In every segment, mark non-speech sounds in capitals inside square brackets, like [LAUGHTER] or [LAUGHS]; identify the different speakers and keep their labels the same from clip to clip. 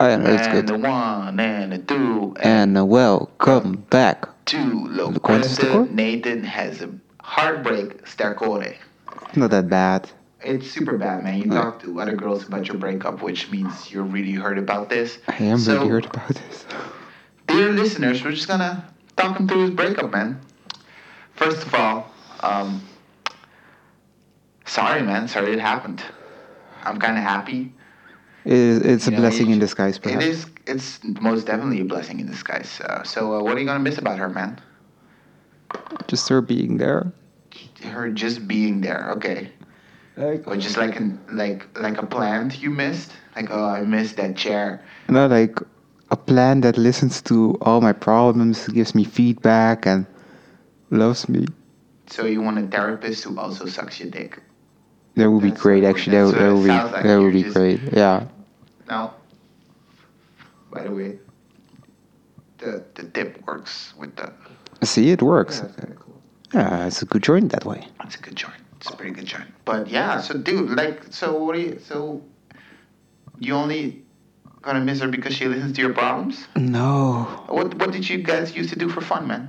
Speaker 1: Alright, let's go
Speaker 2: And one and two and
Speaker 1: And welcome back.
Speaker 2: two. Lo
Speaker 1: ¿Cuánto se
Speaker 2: cuento,
Speaker 1: tocó?
Speaker 2: Nathan has a heartbreak starcore.
Speaker 1: Not that bad.
Speaker 2: It's super bad, man. You
Speaker 1: Yeah.
Speaker 2: talk to other girls about your breakup, which means you're really hurt about this.
Speaker 1: I am
Speaker 2: so,
Speaker 1: really hurt about this.
Speaker 2: Dear listeners, we're just gonna talk him through his breakup, man. First of all, um, sorry, man. Sorry it happened. I'm kind of happy.
Speaker 1: It is, it's a
Speaker 2: You know,
Speaker 1: blessing
Speaker 2: you-
Speaker 1: in disguise, perhaps.
Speaker 2: It is. It's most definitely a blessing in disguise. Uh, so, uh, what are you gonna miss about her, man?
Speaker 1: Just her being there.
Speaker 2: Her just being there. Okay.
Speaker 1: Like,
Speaker 2: Or just like an like like a plant you missed. Like oh, I missed that chair.
Speaker 1: no, like a plan that listens to all my problems, gives me feedback, and loves me.
Speaker 2: So you want a therapist who also sucks your dick.
Speaker 1: That would be
Speaker 2: That's
Speaker 1: great,
Speaker 2: what-
Speaker 1: actually. That,
Speaker 2: that's
Speaker 1: would- that
Speaker 2: what it
Speaker 1: would
Speaker 2: sounds like.
Speaker 1: be that
Speaker 2: You're
Speaker 1: would be
Speaker 2: just-
Speaker 1: great. Yeah.
Speaker 2: Now, by the way, the the dip works with the.
Speaker 1: See, it works.
Speaker 2: kind of cool.
Speaker 1: Yeah, it's a good joint that way.
Speaker 2: It's a good joint. It's a pretty good joint. But yeah, so dude, like, so what do you? So you only gonna miss her because she listens to your problems?
Speaker 1: No.
Speaker 2: What What did you guys used to do for fun, man?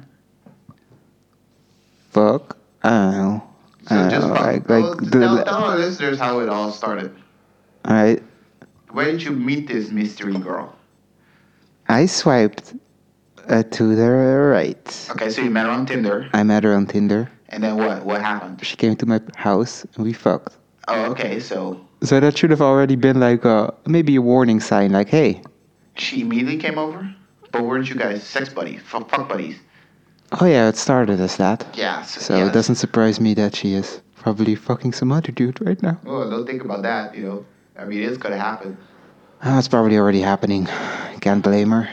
Speaker 1: Fuck. Oh. I don't know.
Speaker 2: So
Speaker 1: I don't
Speaker 2: just
Speaker 1: know,
Speaker 2: fuck-
Speaker 1: Uh, like,
Speaker 2: well,
Speaker 1: like the,
Speaker 2: tell, tell our listeners how it all started.
Speaker 1: I
Speaker 2: Where did you meet this mystery girl?
Speaker 1: I swiped uh, to the right.
Speaker 2: Okay, so you met her on Tinder,
Speaker 1: I met her on Tinder.
Speaker 2: and then what? What happened?
Speaker 1: She came to my house and we fucked.
Speaker 2: Oh, okay, so
Speaker 1: So that should have already been like a maybe a warning sign, like, hey,
Speaker 2: she immediately came over. But weren't you guys sex buddies, fuck, fuck buddies?
Speaker 1: oh yeah, it started as that.
Speaker 2: Yeah. So,
Speaker 1: So
Speaker 2: yeah,
Speaker 1: it doesn't surprise me that she is probably fucking some other dude right now.
Speaker 2: Well, Oh, don't think about that. You know, I mean, it's gonna happen.
Speaker 1: That's Uh, probably already happening. Can't blame her.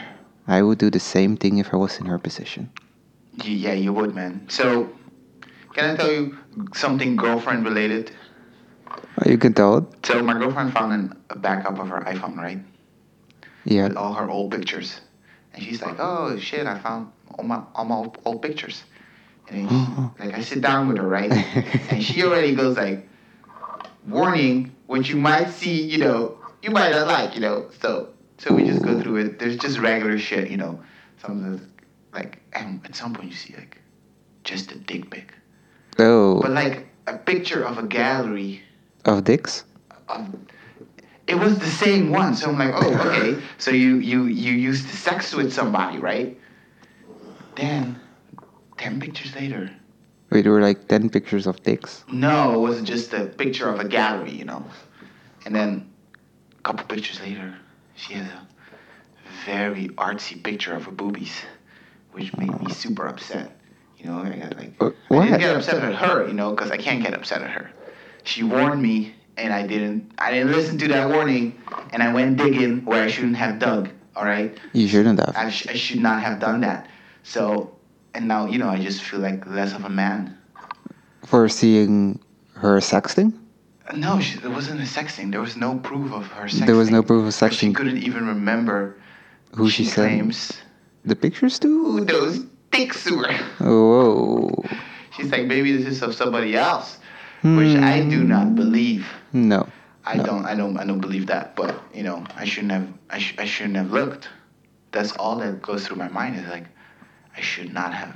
Speaker 1: I would do the same thing if I was in her position.
Speaker 2: Y- Yeah, you would, man. So, can I tell you something girlfriend related?
Speaker 1: Oh, you can tell it.
Speaker 2: So, my girlfriend found an, a backup of her iPhone, right?
Speaker 1: Yeah.
Speaker 2: With all her old pictures, and she's like, "Oh shit, I found all my all my old, old pictures." And then she, like, I sit down with her, right? and she already goes like, "Warning, what you might see, you know, you might not like, you know." So, so we just go through it. There's just regular shit, you know. Some of the, like, and at some point you see like, just a dick pic. But
Speaker 1: Oh,
Speaker 2: like a picture of a gallery
Speaker 1: of dicks.
Speaker 2: of it was the same one. So I'm like, oh, okay. So you you you used to sex with somebody, right? Then ten pictures later.
Speaker 1: Wait, there were like ten pictures of dicks.
Speaker 2: No, it was just a picture of a gallery, you know. And then a couple pictures later, she has a very artsy picture of her boobies, which made me super upset. You know, I got like
Speaker 1: Uh,
Speaker 2: I didn't
Speaker 1: what?
Speaker 2: get upset at her, you know, because I can't get upset at her. She warned me, and I didn't. I didn't listen to that warning, and I went digging where I shouldn't have dug. All right,
Speaker 1: You shouldn't have.
Speaker 2: I, sh- I should not have done that. So, and now you know, I just feel like less of a man.
Speaker 1: For seeing her sexting?
Speaker 2: No, she, it wasn't a sexting. There was no proof of her sexting.
Speaker 1: There was no proof of
Speaker 2: But She
Speaker 1: sexting.
Speaker 2: couldn't even remember
Speaker 1: Who she, sent
Speaker 2: claims
Speaker 1: the pictures to?
Speaker 2: who those dicks were.
Speaker 1: Whoa.
Speaker 2: She's like, maybe this is of somebody else,
Speaker 1: Hmm.
Speaker 2: which I do not believe.
Speaker 1: No.
Speaker 2: I
Speaker 1: No.
Speaker 2: don't. I don't. I don't believe that. But you know, I shouldn't have. I, sh- I shouldn't have looked. That's all that goes through my mind is like, I should not have.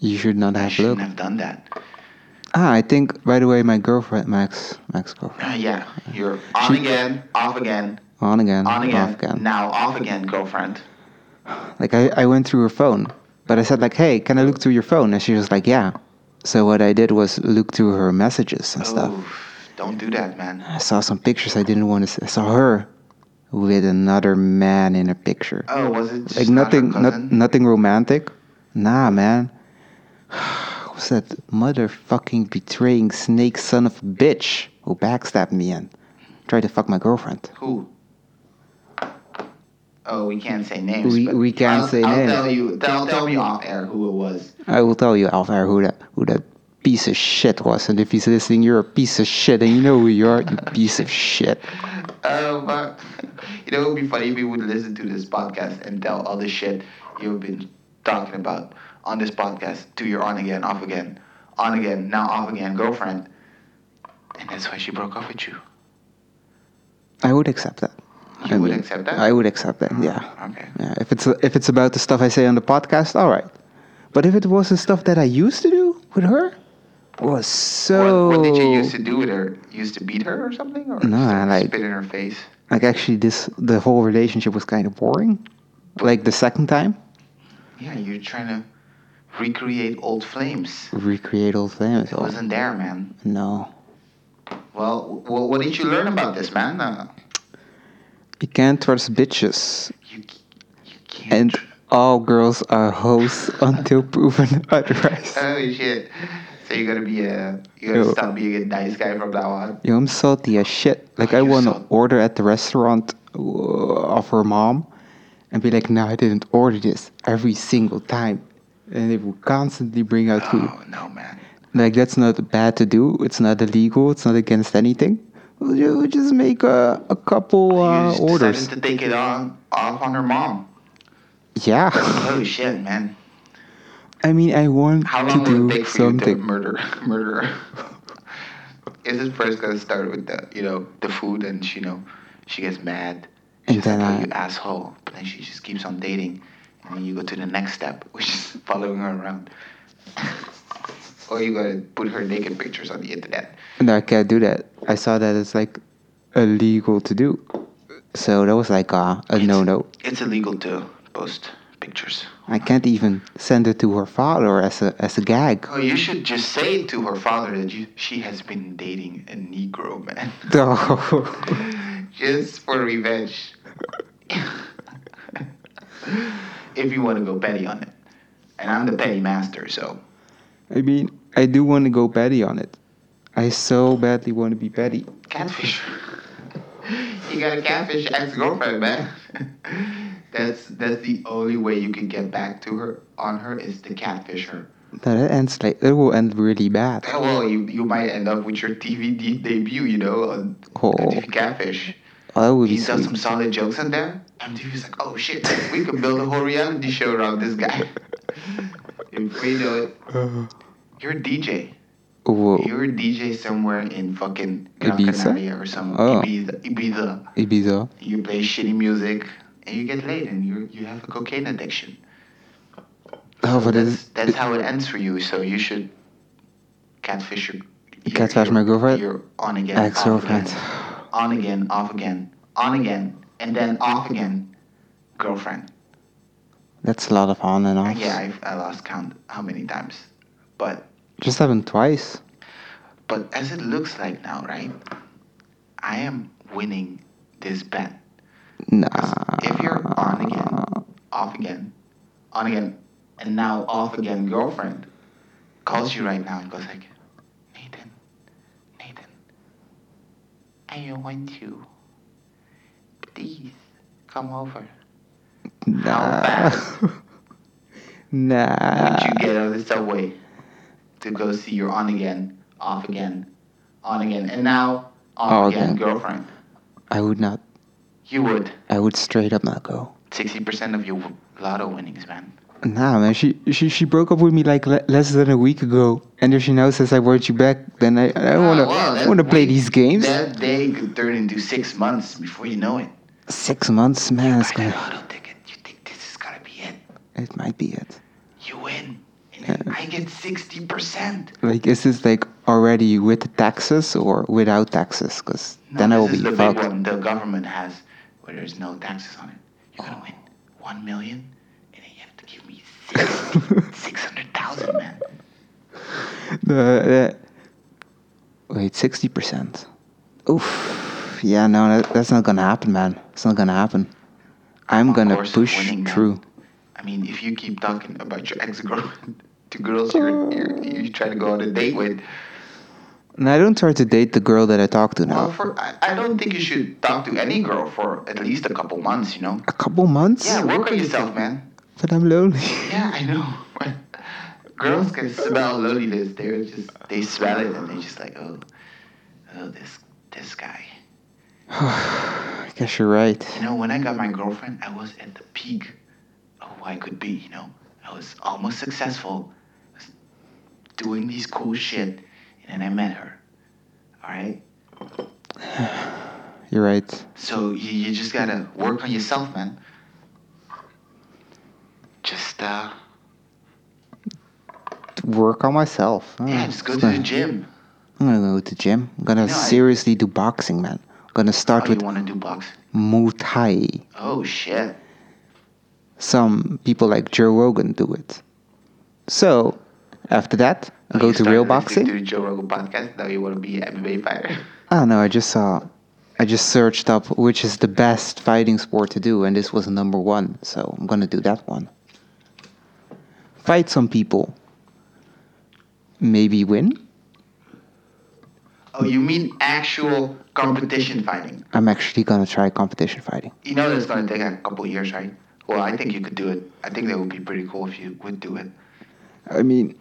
Speaker 1: You should not
Speaker 2: I
Speaker 1: have
Speaker 2: shouldn't
Speaker 1: looked.
Speaker 2: have done that. [CLEARS THROAT]
Speaker 1: Ah, I think, by the way, my girlfriend, Max, Max girlfriend.
Speaker 2: Uh, yeah, you're on
Speaker 1: She-
Speaker 2: again, off again,
Speaker 1: On again,
Speaker 2: on again,
Speaker 1: off again.
Speaker 2: now off again, girlfriend.
Speaker 1: Like, I, I went through her phone, but I said, like, hey, can I look through your phone? And she was like, yeah. So what I did was look through her messages and
Speaker 2: Oh.
Speaker 1: stuff.
Speaker 2: Oof, don't do that, man.
Speaker 1: I saw some pictures I didn't want to see. I saw her with another man in a picture.
Speaker 2: Oh, was it just
Speaker 1: like
Speaker 2: not her
Speaker 1: nothing, not,
Speaker 2: cousin?
Speaker 1: nothing romantic. Nah, man. [SIGHS] What's that motherfucking betraying snake son of a bitch who backstabbed me and tried to fuck my girlfriend?
Speaker 2: Who? Oh, we can't say names.
Speaker 1: We-
Speaker 2: but
Speaker 1: we can't
Speaker 2: I'll,
Speaker 1: say
Speaker 2: I'll
Speaker 1: names.
Speaker 2: Tell you, tell, tell me off air who it was.
Speaker 1: I will tell you, Alvar, who that who that piece of shit was, and if he's listening, you're a piece of shit, and you know who you are, you piece of shit.
Speaker 2: Oh, but [LAUGHS] you know, it would be funny if you would listen to this podcast and tell all the shit you've been talking about on this podcast to your on again, off again, on again, now off again girlfriend. And that's why she broke up with you.
Speaker 1: I would accept that.
Speaker 2: You would accept that?
Speaker 1: I would accept that. Yeah.
Speaker 2: Okay.
Speaker 1: Yeah. If it's if it's about the stuff I say on the podcast, all right. But if it was the stuff that I used to do with her, was so.
Speaker 2: What, what did you used to do with her? You used to beat her or something? Or
Speaker 1: No,
Speaker 2: just
Speaker 1: I like-
Speaker 2: spit in her face?
Speaker 1: like actually this the whole relationship was kind of boring like the second time
Speaker 2: Yeah, you're trying to recreate old flames.
Speaker 1: recreate old things
Speaker 2: It wasn't there, man.
Speaker 1: no
Speaker 2: Well, w- what did you learn about this, man? Uh,
Speaker 1: you can't trust bitches
Speaker 2: you, c- you can't.
Speaker 1: and all girls are hoes [LAUGHS] until proven otherwise
Speaker 2: oh shit! So you're gonna be a you're gonna
Speaker 1: Yo.
Speaker 2: stop being a nice guy from now on.
Speaker 1: yo i'm salty as shit like
Speaker 2: Oh,
Speaker 1: i
Speaker 2: you're
Speaker 1: want to
Speaker 2: salty.
Speaker 1: order at the restaurant uh, of her mom and be like no i didn't order this every single time and they will constantly bring out
Speaker 2: [GASPS]
Speaker 1: food
Speaker 2: Oh no, man.
Speaker 1: like that's not bad to do. It's not illegal. It's not against anything. We'll ju- we'll just make a, a couple
Speaker 2: you
Speaker 1: uh,
Speaker 2: just
Speaker 1: orders.
Speaker 2: decided to take it on off on her mom.
Speaker 1: Yeah, [LAUGHS]
Speaker 2: Oh shit, man!
Speaker 1: I mean, I want
Speaker 2: How
Speaker 1: to
Speaker 2: long will it
Speaker 1: do
Speaker 2: take for you to
Speaker 1: something.
Speaker 2: murder [LAUGHS] murder? her? Is this first gonna start with the you know the food and she you know she gets mad.
Speaker 1: And
Speaker 2: She's
Speaker 1: then
Speaker 2: like, oh,
Speaker 1: I-
Speaker 2: you asshole. But then she just keeps on dating, and then you go to the next step, which is [LAUGHS] following her around. [LAUGHS] or you gotta put her naked pictures on the internet.
Speaker 1: No, I can't do that. I saw that it's like illegal to do. So that was like uh, a
Speaker 2: It's-
Speaker 1: no no.
Speaker 2: It's illegal to post pictures.
Speaker 1: I can't even send it to her father as a as a gag.
Speaker 2: Oh, you should just say to her father that you, she has been dating a Negro [LAUGHS] man. just for [LAUGHS] revenge. if you want to go petty on it. And I'm the petty master, so.
Speaker 1: I mean, I do want to go petty on it. I so badly want to be petty.
Speaker 2: Catfish. [LAUGHS] you got a catfish ex girlfriend, man. [LAUGHS] that's that's the only way you can get back to her on her is to catfish her.
Speaker 1: No, That ends like it will end really bad.
Speaker 2: Well, you, you might end up with your TV de- debut, you know, on
Speaker 1: Oh.
Speaker 2: MTV Catfish.
Speaker 1: Oh, that would be
Speaker 2: He's done
Speaker 1: sweet.
Speaker 2: some solid jokes in there. MTV's like, oh shit, we could build a whole reality show around this guy. if we know it, you're a DJ.
Speaker 1: Whoa.
Speaker 2: You're a DJ somewhere in fucking Gran
Speaker 1: Oh. Ibiza?
Speaker 2: Canaria or some
Speaker 1: Oh.
Speaker 2: Ibiza, Ibiza.
Speaker 1: Ibiza.
Speaker 2: You play shitty music and you get laid and you you have a cocaine addiction.
Speaker 1: Oh, but
Speaker 2: that's,
Speaker 1: it's,
Speaker 2: that's how it ends for you. So you should catfish your your-
Speaker 1: Catfish
Speaker 2: your-
Speaker 1: my girlfriend?
Speaker 2: Your on again,
Speaker 1: Ex girlfriend.
Speaker 2: off again, on again, off again, on again, and then off again, girlfriend.
Speaker 1: That's a lot of on and off.
Speaker 2: Yeah, I, I lost count how many times, but
Speaker 1: Just happened twice.
Speaker 2: but as it looks like now, right? I am winning this bet.
Speaker 1: Nah.
Speaker 2: If you're on again, off again, on again, and now off again girlfriend calls you right now and goes like, Nathan, Nathan, I want you. Please come over.
Speaker 1: [LAUGHS] Nah. nah.
Speaker 2: Would you get on the subway to go
Speaker 1: Mm-hmm.
Speaker 2: see your on again, off again, on again, and now off
Speaker 1: Oh,
Speaker 2: again
Speaker 1: okay.
Speaker 2: girlfriend?
Speaker 1: I would not.
Speaker 2: You would.
Speaker 1: I would straight up not go.
Speaker 2: 60% of your lotto winnings, man.
Speaker 1: Nah, man. She she, she broke up with me like le- less than a week ago, and if she now says I want you back, then I I wanna
Speaker 2: Ah, wow,
Speaker 1: I wanna
Speaker 2: that
Speaker 1: play
Speaker 2: week-
Speaker 1: these games.
Speaker 2: That day could turn into six months before you know it.
Speaker 1: Six months, man. It's
Speaker 2: Buy the
Speaker 1: gonna,
Speaker 2: lotto ticket. You think this is gonna be it?
Speaker 1: it might be it.
Speaker 2: You win, and then I get sixty percent.
Speaker 1: Like, is this like already with taxes or without taxes? Because then I will
Speaker 2: this
Speaker 1: be
Speaker 2: is the
Speaker 1: fucked.
Speaker 2: big one the government has, where there's no taxes on it. You're gonna win one million, and then you have to give me
Speaker 1: [LAUGHS]
Speaker 2: six hundred thousand, man.
Speaker 1: The, the wait, sixty percent. Oof. Yeah, no, that, that's not gonna happen, man. It's not gonna happen. I'm
Speaker 2: Of
Speaker 1: gonna
Speaker 2: course,
Speaker 1: push
Speaker 2: winning, man.
Speaker 1: through.
Speaker 2: I mean, if you keep talking about your ex-girlfriend [LAUGHS] to girls you're, you're, you try to go on a date with,
Speaker 1: And I don't try to date the girl that I talk to now.
Speaker 2: well, for, I, I don't think you should talk to any girl for at least a couple months, you know?
Speaker 1: A couple months,
Speaker 2: Yeah, work on yourself, man.
Speaker 1: but I'm lonely.
Speaker 2: Yeah, I know. [LAUGHS] Girls can smell loneliness. They're just, they smell it and they're just like, oh, oh, this, this guy.
Speaker 1: [LAUGHS] I guess you're right.
Speaker 2: You know, when I got my girlfriend, I was at the peak of who I could be, you know? I was almost successful, I was doing these cool shit, and then I met her. All right?
Speaker 1: You're right.
Speaker 2: So you, you just gotta work on yourself, man. Just uh,
Speaker 1: Work on myself. Oh,
Speaker 2: yeah, just go
Speaker 1: it's
Speaker 2: to the
Speaker 1: gonna-
Speaker 2: gym.
Speaker 1: I'm gonna go to the gym. I'm gonna
Speaker 2: No, I-
Speaker 1: seriously do boxing, man. I'm gonna
Speaker 2: Oh,
Speaker 1: start
Speaker 2: you
Speaker 1: with
Speaker 2: wanna do boxing?
Speaker 1: Muay Thai.
Speaker 2: Oh shit.
Speaker 1: Some people like Joe Rogan do it. So after that,
Speaker 2: Oh,
Speaker 1: go
Speaker 2: you
Speaker 1: to real
Speaker 2: started listening
Speaker 1: boxing.
Speaker 2: To the Joe Rogan podcast. Now you wanna be an MMA fighter. [LAUGHS]
Speaker 1: I don't know. I just saw, I just searched up which is the best fighting sport to do, and this was number one. So I'm gonna do that one. Fight some people. Maybe win.
Speaker 2: Oh, you mean actual competition fighting?
Speaker 1: I'm actually gonna try competition fighting.
Speaker 2: You know that's gonna take a couple years, right? Well, I think you could do it. I think that would be pretty cool if you would do it.
Speaker 1: I mean,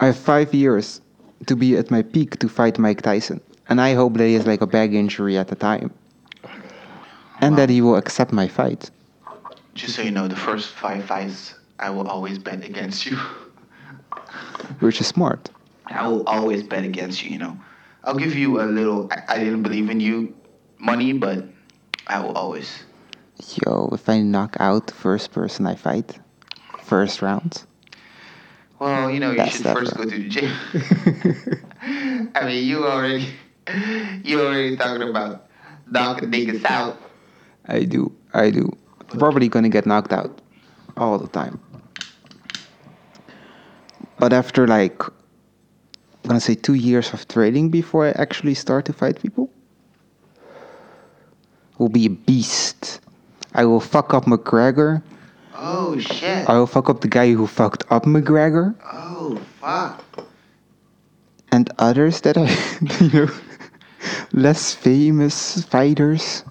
Speaker 1: I have five years to be at my peak to fight Mike Tyson, and I hope that he has like a back injury at the time, and that he will accept my fight.
Speaker 2: Just so you know, the first five fights, I will always bet against you.
Speaker 1: which is smart.
Speaker 2: I will always bet against you, you know. I'll give you a little, I, I didn't believe in you money, but I will always.
Speaker 1: Yo, if I knock out the first person I fight, first [LAUGHS] round,
Speaker 2: Well, you know, you
Speaker 1: That's
Speaker 2: should
Speaker 1: that,
Speaker 2: first
Speaker 1: bro.
Speaker 2: go to the gym. [LAUGHS] I mean, you already, you already talking about knocking niggas out.
Speaker 1: I do, I do. Probably gonna get knocked out all the time. But after like, I'm gonna say two years of training before I actually start to fight people, will be a beast. I will fuck up McGregor.
Speaker 2: Oh, shit.
Speaker 1: I will fuck up the guy who fucked up McGregor
Speaker 2: Oh, fuck.
Speaker 1: and others that are, [LAUGHS] you know, less famous fighters.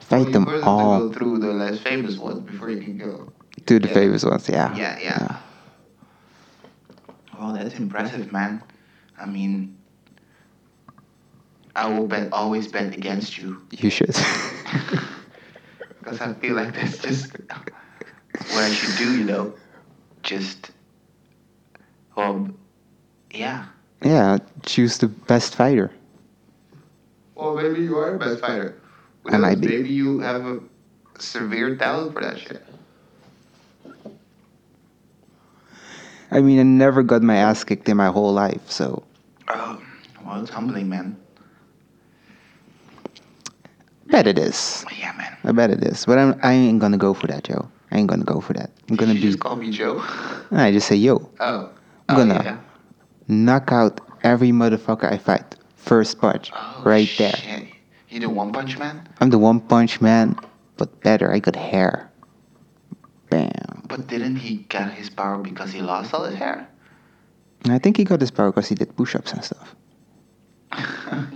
Speaker 1: Fight
Speaker 2: Well,
Speaker 1: them
Speaker 2: you first have to
Speaker 1: all.
Speaker 2: go through the less famous ones before you can go.
Speaker 1: to the
Speaker 2: Yeah.
Speaker 1: famous ones, yeah.
Speaker 2: Yeah, yeah. Well, that's impressive, man. I mean, I will bet always bet against you
Speaker 1: You should. [LAUGHS]
Speaker 2: because I feel like that's just what I should do, you know. Just, well, yeah.
Speaker 1: yeah, choose the best fighter.
Speaker 2: Well, maybe you are a best fighter. Who
Speaker 1: I might
Speaker 2: knows?
Speaker 1: be.
Speaker 2: Maybe you have a severe talent for that shit.
Speaker 1: I mean, I never got my ass kicked in my whole life, so
Speaker 2: Oh, well, it's humbling, man.
Speaker 1: bet it is.
Speaker 2: Yeah, man.
Speaker 1: I bet it is. But I'm, I ain't gonna go for that, yo. I ain't gonna go for that. I'm gonna
Speaker 2: you
Speaker 1: be.
Speaker 2: just call me Joe. [LAUGHS]
Speaker 1: I just say, yo,
Speaker 2: Oh.
Speaker 1: I'm
Speaker 2: Oh,
Speaker 1: gonna
Speaker 2: yeah.
Speaker 1: knock out every motherfucker I fight. First punch,
Speaker 2: Oh,
Speaker 1: right there.
Speaker 2: shit. You do One Punch Man?
Speaker 1: I'm the one punch man, but better. I got hair. Bam.
Speaker 2: But didn't he get his power because he lost all
Speaker 1: [LAUGHS]
Speaker 2: his hair?
Speaker 1: And I think he got his power because he did push ups and stuff.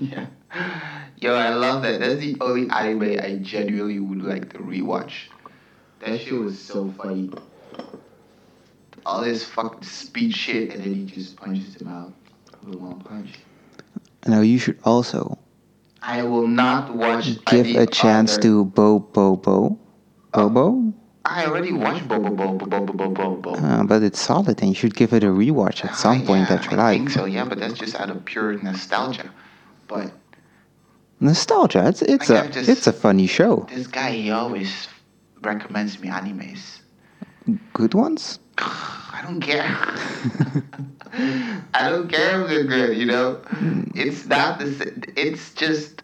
Speaker 2: yeah. [LAUGHS] Yo, I love that. That's the only anime I genuinely would like to rewatch. That shit was so funny. All this fucking speed shit, and then he just punches him out with one punch.
Speaker 1: Now, you should also
Speaker 2: I will not watch.
Speaker 1: give
Speaker 2: any
Speaker 1: a chance
Speaker 2: other-
Speaker 1: to Bo Bo Bo. Bobo?
Speaker 2: I already watched Bobo Bobo Bobo Bobo Bobo.
Speaker 1: Uh, but it's solid and you should give it a rewatch at some
Speaker 2: Ah,
Speaker 1: point
Speaker 2: yeah,
Speaker 1: that you
Speaker 2: I
Speaker 1: like.
Speaker 2: think so, yeah, but that's just out of pure nostalgia. But
Speaker 1: Nostalgia, it's it's
Speaker 2: I
Speaker 1: a
Speaker 2: can just-
Speaker 1: it's a funny show.
Speaker 2: this guy, he always recommends me animes. [SIGHS]
Speaker 1: Good ones?
Speaker 2: I don't care. [LAUGHS] I don't care if they're good, you know? It's not the s- It's just.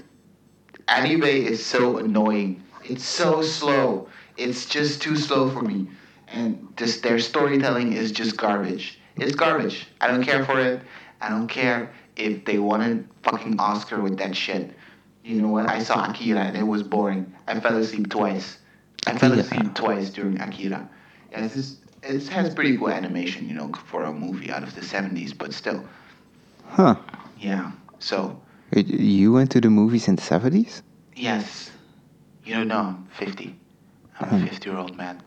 Speaker 2: Anime is so annoying. It's so slow. It's just too slow for me. And just their storytelling is just garbage. It's garbage. I don't care for it. I don't care if they won a fucking Oscar with that shit. You know what? I saw Akira and it was boring. I fell asleep twice. I fell
Speaker 1: Akira.
Speaker 2: asleep twice during Akira. And it's just, it has pretty cool animation, you know, for a movie out of the 70s, but still.
Speaker 1: Huh.
Speaker 2: Yeah. So,
Speaker 1: Y- Uh, You went to the movies in the 70s?
Speaker 2: yes. You don't know, I'm 50. I'm a 50 year old man.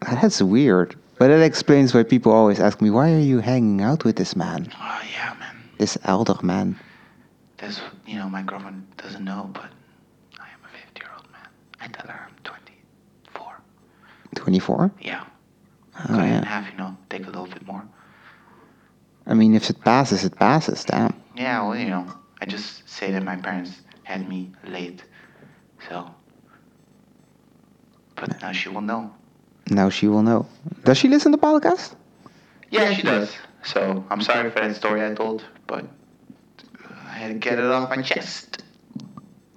Speaker 1: That's weird. But that explains why people always ask me, why are you hanging out with this man?
Speaker 2: Oh, yeah, man.
Speaker 1: This elder man.
Speaker 2: That's, you know, my girlfriend doesn't know, but I am a 50 year old man. I tell her I'm 24.
Speaker 1: 24?
Speaker 2: Yeah.
Speaker 1: Oh,
Speaker 2: Cut it in
Speaker 1: yeah.
Speaker 2: half, you know, take a little bit more.
Speaker 1: I mean, if it passes, it passes, damn.
Speaker 2: Yeah, well, you know, I just say that my parents had me late. So, but now she will know.
Speaker 1: Now she will know. Does she listen to podcast?
Speaker 2: Yeah, she does. So I'm sorry for that story I told, but I had to get it off my chest.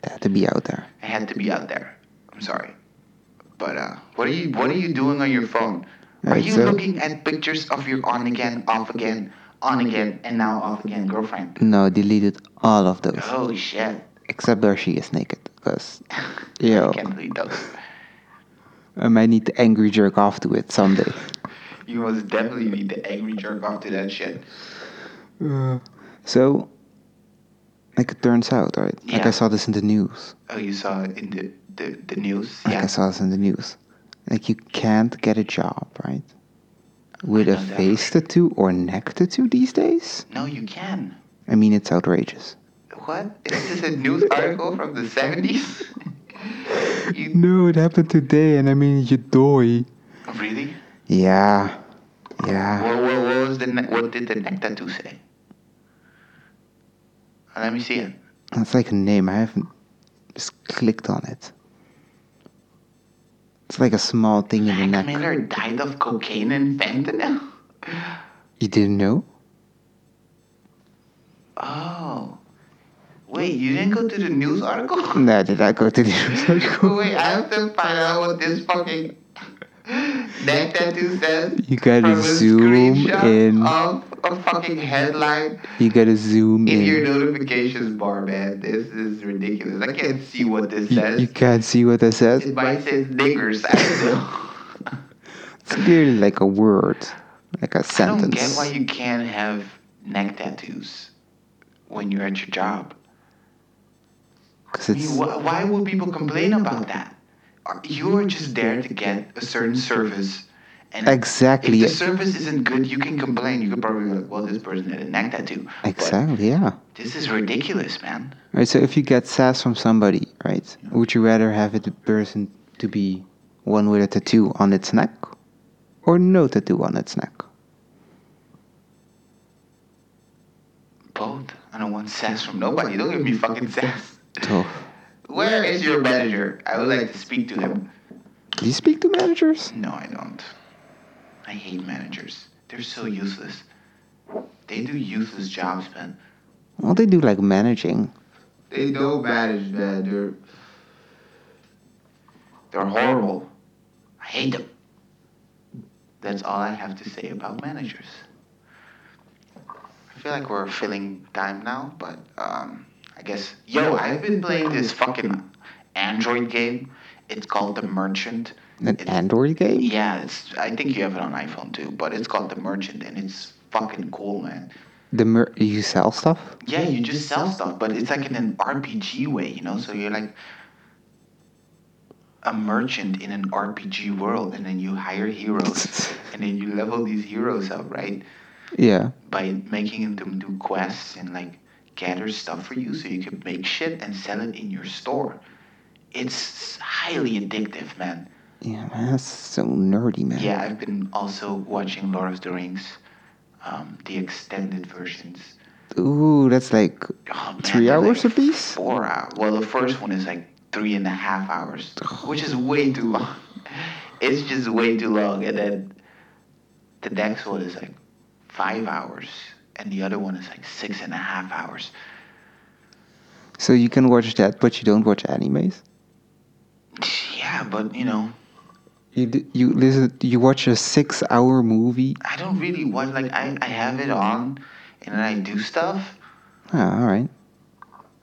Speaker 1: Had to be out there.
Speaker 2: I had to be out there. I'm sorry. But uh, what are you what are you doing on your phone? Are
Speaker 1: Right,
Speaker 2: you
Speaker 1: so-
Speaker 2: looking at pictures of your on again, off again, on again, and now off again girlfriend?
Speaker 1: No, deleted all of those
Speaker 2: Holy shit. [LAUGHS]
Speaker 1: except where she is naked. Cause
Speaker 2: I
Speaker 1: yo,
Speaker 2: can't believe those.
Speaker 1: I might need to angry jerk off to it someday.
Speaker 2: You must definitely be the angry jerk off to that shit.
Speaker 1: So, like it turns out, right? Like
Speaker 2: Yeah.
Speaker 1: I saw this in the news.
Speaker 2: Oh, you saw it in the, the, the news?
Speaker 1: Like I
Speaker 2: Yeah.
Speaker 1: saw this in the news. Like you can't get a job, right? With
Speaker 2: I
Speaker 1: a
Speaker 2: know that.
Speaker 1: face tattoo or neck tattoo these days?
Speaker 2: No, you can.
Speaker 1: I mean, it's outrageous.
Speaker 2: What? Is this a
Speaker 1: [LAUGHS]
Speaker 2: news article from the 70s? [LAUGHS] you
Speaker 1: No, it happened today, and I mean, you die.
Speaker 2: really?
Speaker 1: Yeah, yeah.
Speaker 2: What, what, what was the ne- what did the neck tattoo say? Uh, Let me see it.
Speaker 1: That's like a name. I haven't just clicked on it. It's like a small thing in the
Speaker 2: Mac
Speaker 1: neck.
Speaker 2: Miller died of cocaine and fentanyl.
Speaker 1: You didn't know?
Speaker 2: Oh, wait, you didn't go to the news article?
Speaker 1: No, did I go to the
Speaker 2: wait, I have to find out what this fucking neck tattoo says.
Speaker 1: You gotta
Speaker 2: from a
Speaker 1: zoom
Speaker 2: screenshot
Speaker 1: in.
Speaker 2: Of a fucking headline.
Speaker 1: You gotta zoom
Speaker 2: in
Speaker 1: in.
Speaker 2: your notifications bar, man. This is ridiculous. I can't see what this
Speaker 1: You,
Speaker 2: says.
Speaker 1: you can't see what that says.
Speaker 2: it might say niggers. I don't know.
Speaker 1: It's clearly like a word, like a
Speaker 2: I don't
Speaker 1: sentence.
Speaker 2: get why you can't have neck tattoos when you're at your job.
Speaker 1: 'Cause
Speaker 2: I
Speaker 1: it's
Speaker 2: mean, wh- why would people complain about that? Are- You are just there to get a certain service. And
Speaker 1: Exactly.
Speaker 2: If the service isn't good, you can complain. You could probably be like, well, this person had a neck tattoo. But
Speaker 1: exactly yeah.
Speaker 2: this is ridiculous, man.
Speaker 1: Right. So if you get sass from somebody, right, would you rather have it the person to be one with a tattoo on its neck, or no tattoo on its neck?
Speaker 2: Both. I don't want sass from nobody. Don't give me fucking sass.
Speaker 1: So,
Speaker 2: [LAUGHS] Where is your manager? I would like to speak to him.
Speaker 1: do you speak to managers?
Speaker 2: No, I don't. I hate managers. They're so useless. They do useless jobs, man.
Speaker 1: Well, they do like managing.
Speaker 2: They don't manage, man. They're they're horrible. I hate them. That's all I have to say about managers. I feel like we're filling time now, but um, I guess yo, I've been playing this fucking Android game. It's called The Merchant.
Speaker 1: An Android game?
Speaker 2: Yeah, it's. I think you have it on iPhone too, but it's called The Merchant, and it's fucking cool, man.
Speaker 1: The mer- you sell stuff?
Speaker 2: Yeah, you just sell stuff, but it's like in an RPG way, you know. So you're like a merchant in an RPG world, and then you hire
Speaker 1: [LAUGHS]
Speaker 2: [LAUGHS] heroes, and then you level these heroes up, right?
Speaker 1: Yeah.
Speaker 2: By making them do quests and like gather stuff for you, so you can make shit and sell it in your store. It's highly addictive, man.
Speaker 1: Yeah, man, that's so nerdy, man.
Speaker 2: Yeah, I've been also watching Lord of the Rings, um, the extended versions.
Speaker 1: Ooh, that's like
Speaker 2: Oh, man,
Speaker 1: Three
Speaker 2: they're
Speaker 1: hours
Speaker 2: like
Speaker 1: apiece?
Speaker 2: Four hours. Well, the first one is like three and a half hours, which is way too long. It's just way too long. And then the next one is like five hours, and the other one is like six and a half hours.
Speaker 1: so you can watch that, but you don't watch animes.
Speaker 2: Yeah, but you know,
Speaker 1: You d- you listen. You watch a six-hour movie.
Speaker 2: I don't really watch. Like, I, I have it on, and then I do stuff.
Speaker 1: Ah, all right.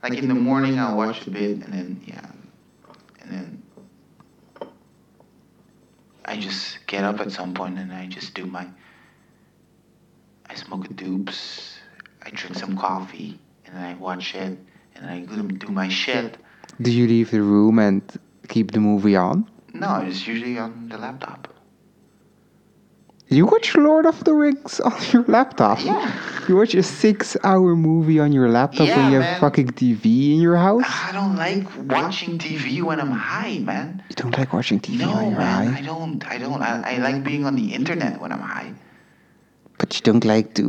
Speaker 2: like in the morning I'll watch a bit and then yeah and then I just get up at some point and I just do my I smoke a dupes I drink some coffee and then I watch it and I go do my shit
Speaker 1: Do you leave the room and keep the movie on?
Speaker 2: no it's usually on the laptop
Speaker 1: You watch Lord of the Rings [LAUGHS] on your laptop.
Speaker 2: Yeah.
Speaker 1: You watch a six-hour movie on your laptop
Speaker 2: Yeah,
Speaker 1: when you have
Speaker 2: man.
Speaker 1: fucking TV in your house.
Speaker 2: [LAUGHS] I don't like watching TV when I'm high man
Speaker 1: You don't like watching TV
Speaker 2: no
Speaker 1: on your
Speaker 2: man I
Speaker 1: eye,
Speaker 2: don't I don't I, I like being on the internet when I'm high
Speaker 1: but you don't like to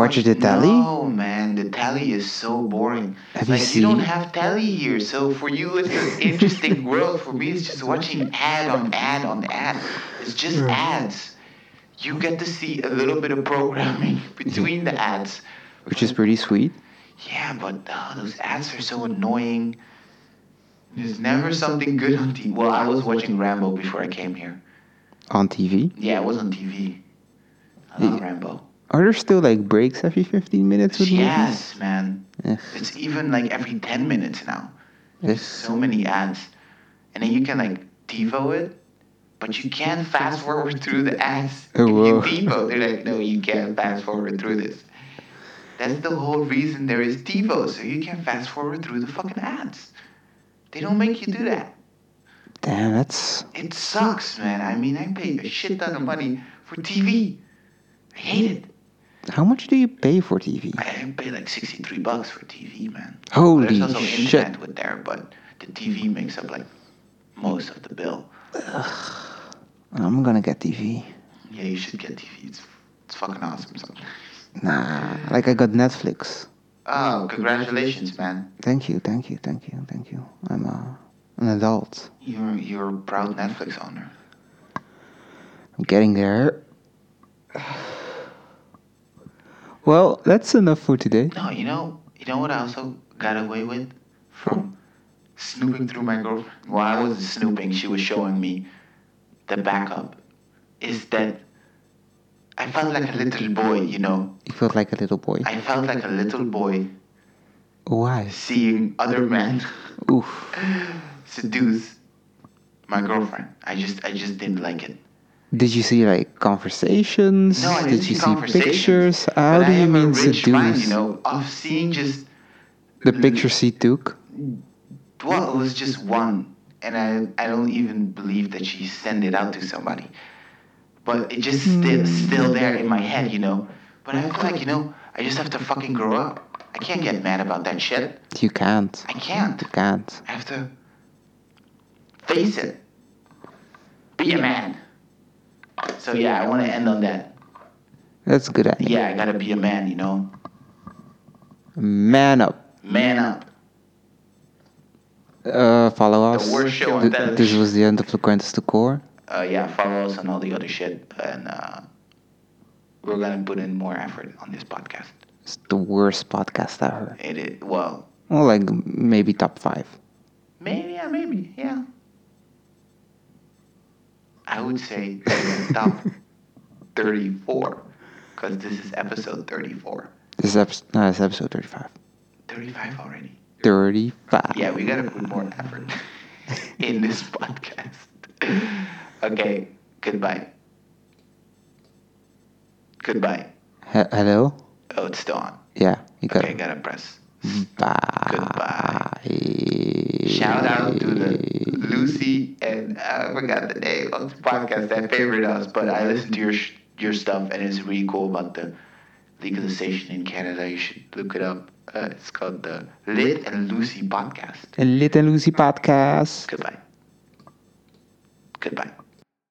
Speaker 1: watch
Speaker 2: What-
Speaker 1: the telly.
Speaker 2: No, man. man, the tally is so boring.
Speaker 1: Have you
Speaker 2: like you don't
Speaker 1: seen-
Speaker 2: have tally here, so for you it's an
Speaker 1: [LAUGHS]
Speaker 2: interesting world. For me, it's just watching ad on ad on ad. It's just ads. You get to see a little bit of programming [LAUGHS] between the ads.
Speaker 1: which is pretty sweet.
Speaker 2: Yeah, but uh, those ads are so annoying. There's never something good on TV. Well, I was watching Rambo before I came here.
Speaker 1: On TV,
Speaker 2: Yeah, it was on TV. I love
Speaker 1: Yeah.
Speaker 2: Rambo.
Speaker 1: are there still like breaks every fifteen minutes with movies?
Speaker 2: Yes, man.
Speaker 1: Ugh.
Speaker 2: It's even like every 10 minutes now.
Speaker 1: Yes.
Speaker 2: So many ads. And then you can like TiVo it, but you can't fast forward through the ads.
Speaker 1: Oh,
Speaker 2: if
Speaker 1: wow.
Speaker 2: you TiVo, they're like, no, you can't fast forward through this. That's the whole reason there is TiVo, so you can fast forward through the fucking ads. They don't make you do that.
Speaker 1: Damn, that's
Speaker 2: It sucks, man. I mean, I paid a shit ton of money for TV. I hate it.
Speaker 1: how much do you pay for TV?
Speaker 2: I paid like 63 bucks for TV, man.
Speaker 1: Holy
Speaker 2: There's also
Speaker 1: shit.
Speaker 2: internet with there, but the TV makes up like most of the bill.
Speaker 1: I'm gonna get TV.
Speaker 2: Yeah, you should get TV. It's, it's fucking awesome. So.
Speaker 1: Nah, like I got Netflix.
Speaker 2: Oh, congratulations, man.
Speaker 1: Thank you, thank you, thank you, thank you. I'm uh, an adult.
Speaker 2: You're you're a proud Netflix owner.
Speaker 1: I'm getting there. [SIGHS] Well, that's enough for today.
Speaker 2: No, you know, you know what I also got away with from snooping through my girlfriend. While I was snooping, she was showing me the backup. Is that I felt like a little boy, you know.
Speaker 1: You felt like a little boy.
Speaker 2: I felt like a little boy
Speaker 1: Why?
Speaker 2: seeing other men
Speaker 1: Oof.
Speaker 2: [LAUGHS] seduce my girlfriend. I just I just didn't like it.
Speaker 1: Did you see like conversations?
Speaker 2: No, I didn't
Speaker 1: Did
Speaker 2: see
Speaker 1: you see
Speaker 2: conversations,
Speaker 1: pictures? How
Speaker 2: but
Speaker 1: do
Speaker 2: I
Speaker 1: you
Speaker 2: have a
Speaker 1: mean
Speaker 2: rich
Speaker 1: seduce?
Speaker 2: mind, you know, of seeing just
Speaker 1: the pictures he took.
Speaker 2: well, it was just one, and I I don't even believe that she sent it out to somebody, but it just
Speaker 1: Hmm.
Speaker 2: still still there in my head, you know. But I feel like you know I just have to fucking grow up. I can't get mad about that shit.
Speaker 1: You can't.
Speaker 2: I can't.
Speaker 1: You can't.
Speaker 2: I have to face it. Be a man. So yeah, I want to end on that.
Speaker 1: That's good at
Speaker 2: Yeah, I gotta be a man, you know.
Speaker 1: Man up.
Speaker 2: Man up.
Speaker 1: Uh, follow us.
Speaker 2: worst show on
Speaker 1: Th-
Speaker 2: television.
Speaker 1: this was the end of Lucrentus to Core.
Speaker 2: Uh, yeah, follow us on all the other shit, and uh, we're gonna put in more effort on this podcast.
Speaker 1: It's the worst podcast ever.
Speaker 2: It is well,
Speaker 1: Well, like maybe top five.
Speaker 2: maybe yeah, maybe yeah. I would say top [LAUGHS] thirty-four, because this is episode thirty-four.
Speaker 1: [LAUGHS] This is episode, no, this is episode 35.
Speaker 2: Thirty-five already.
Speaker 1: 35.
Speaker 2: Yeah, we gotta put more effort [LAUGHS] in this [LAUGHS] podcast. Okay, goodbye. Goodbye.
Speaker 1: He- hello?
Speaker 2: Oh, it's still on.
Speaker 1: Yeah, you got
Speaker 2: Okay,
Speaker 1: it.
Speaker 2: gotta press.
Speaker 1: Bye.
Speaker 2: Goodbye. Shout out to the Lucy and uh, I forgot the name of the podcast that favored us, but I listened to your sh- your stuff and it's really cool about the legalization in Canada. You should look it up. Uh, it's called the Lit and Lucy podcast.
Speaker 1: The Little Lucy Podcast.
Speaker 2: Goodbye. Goodbye.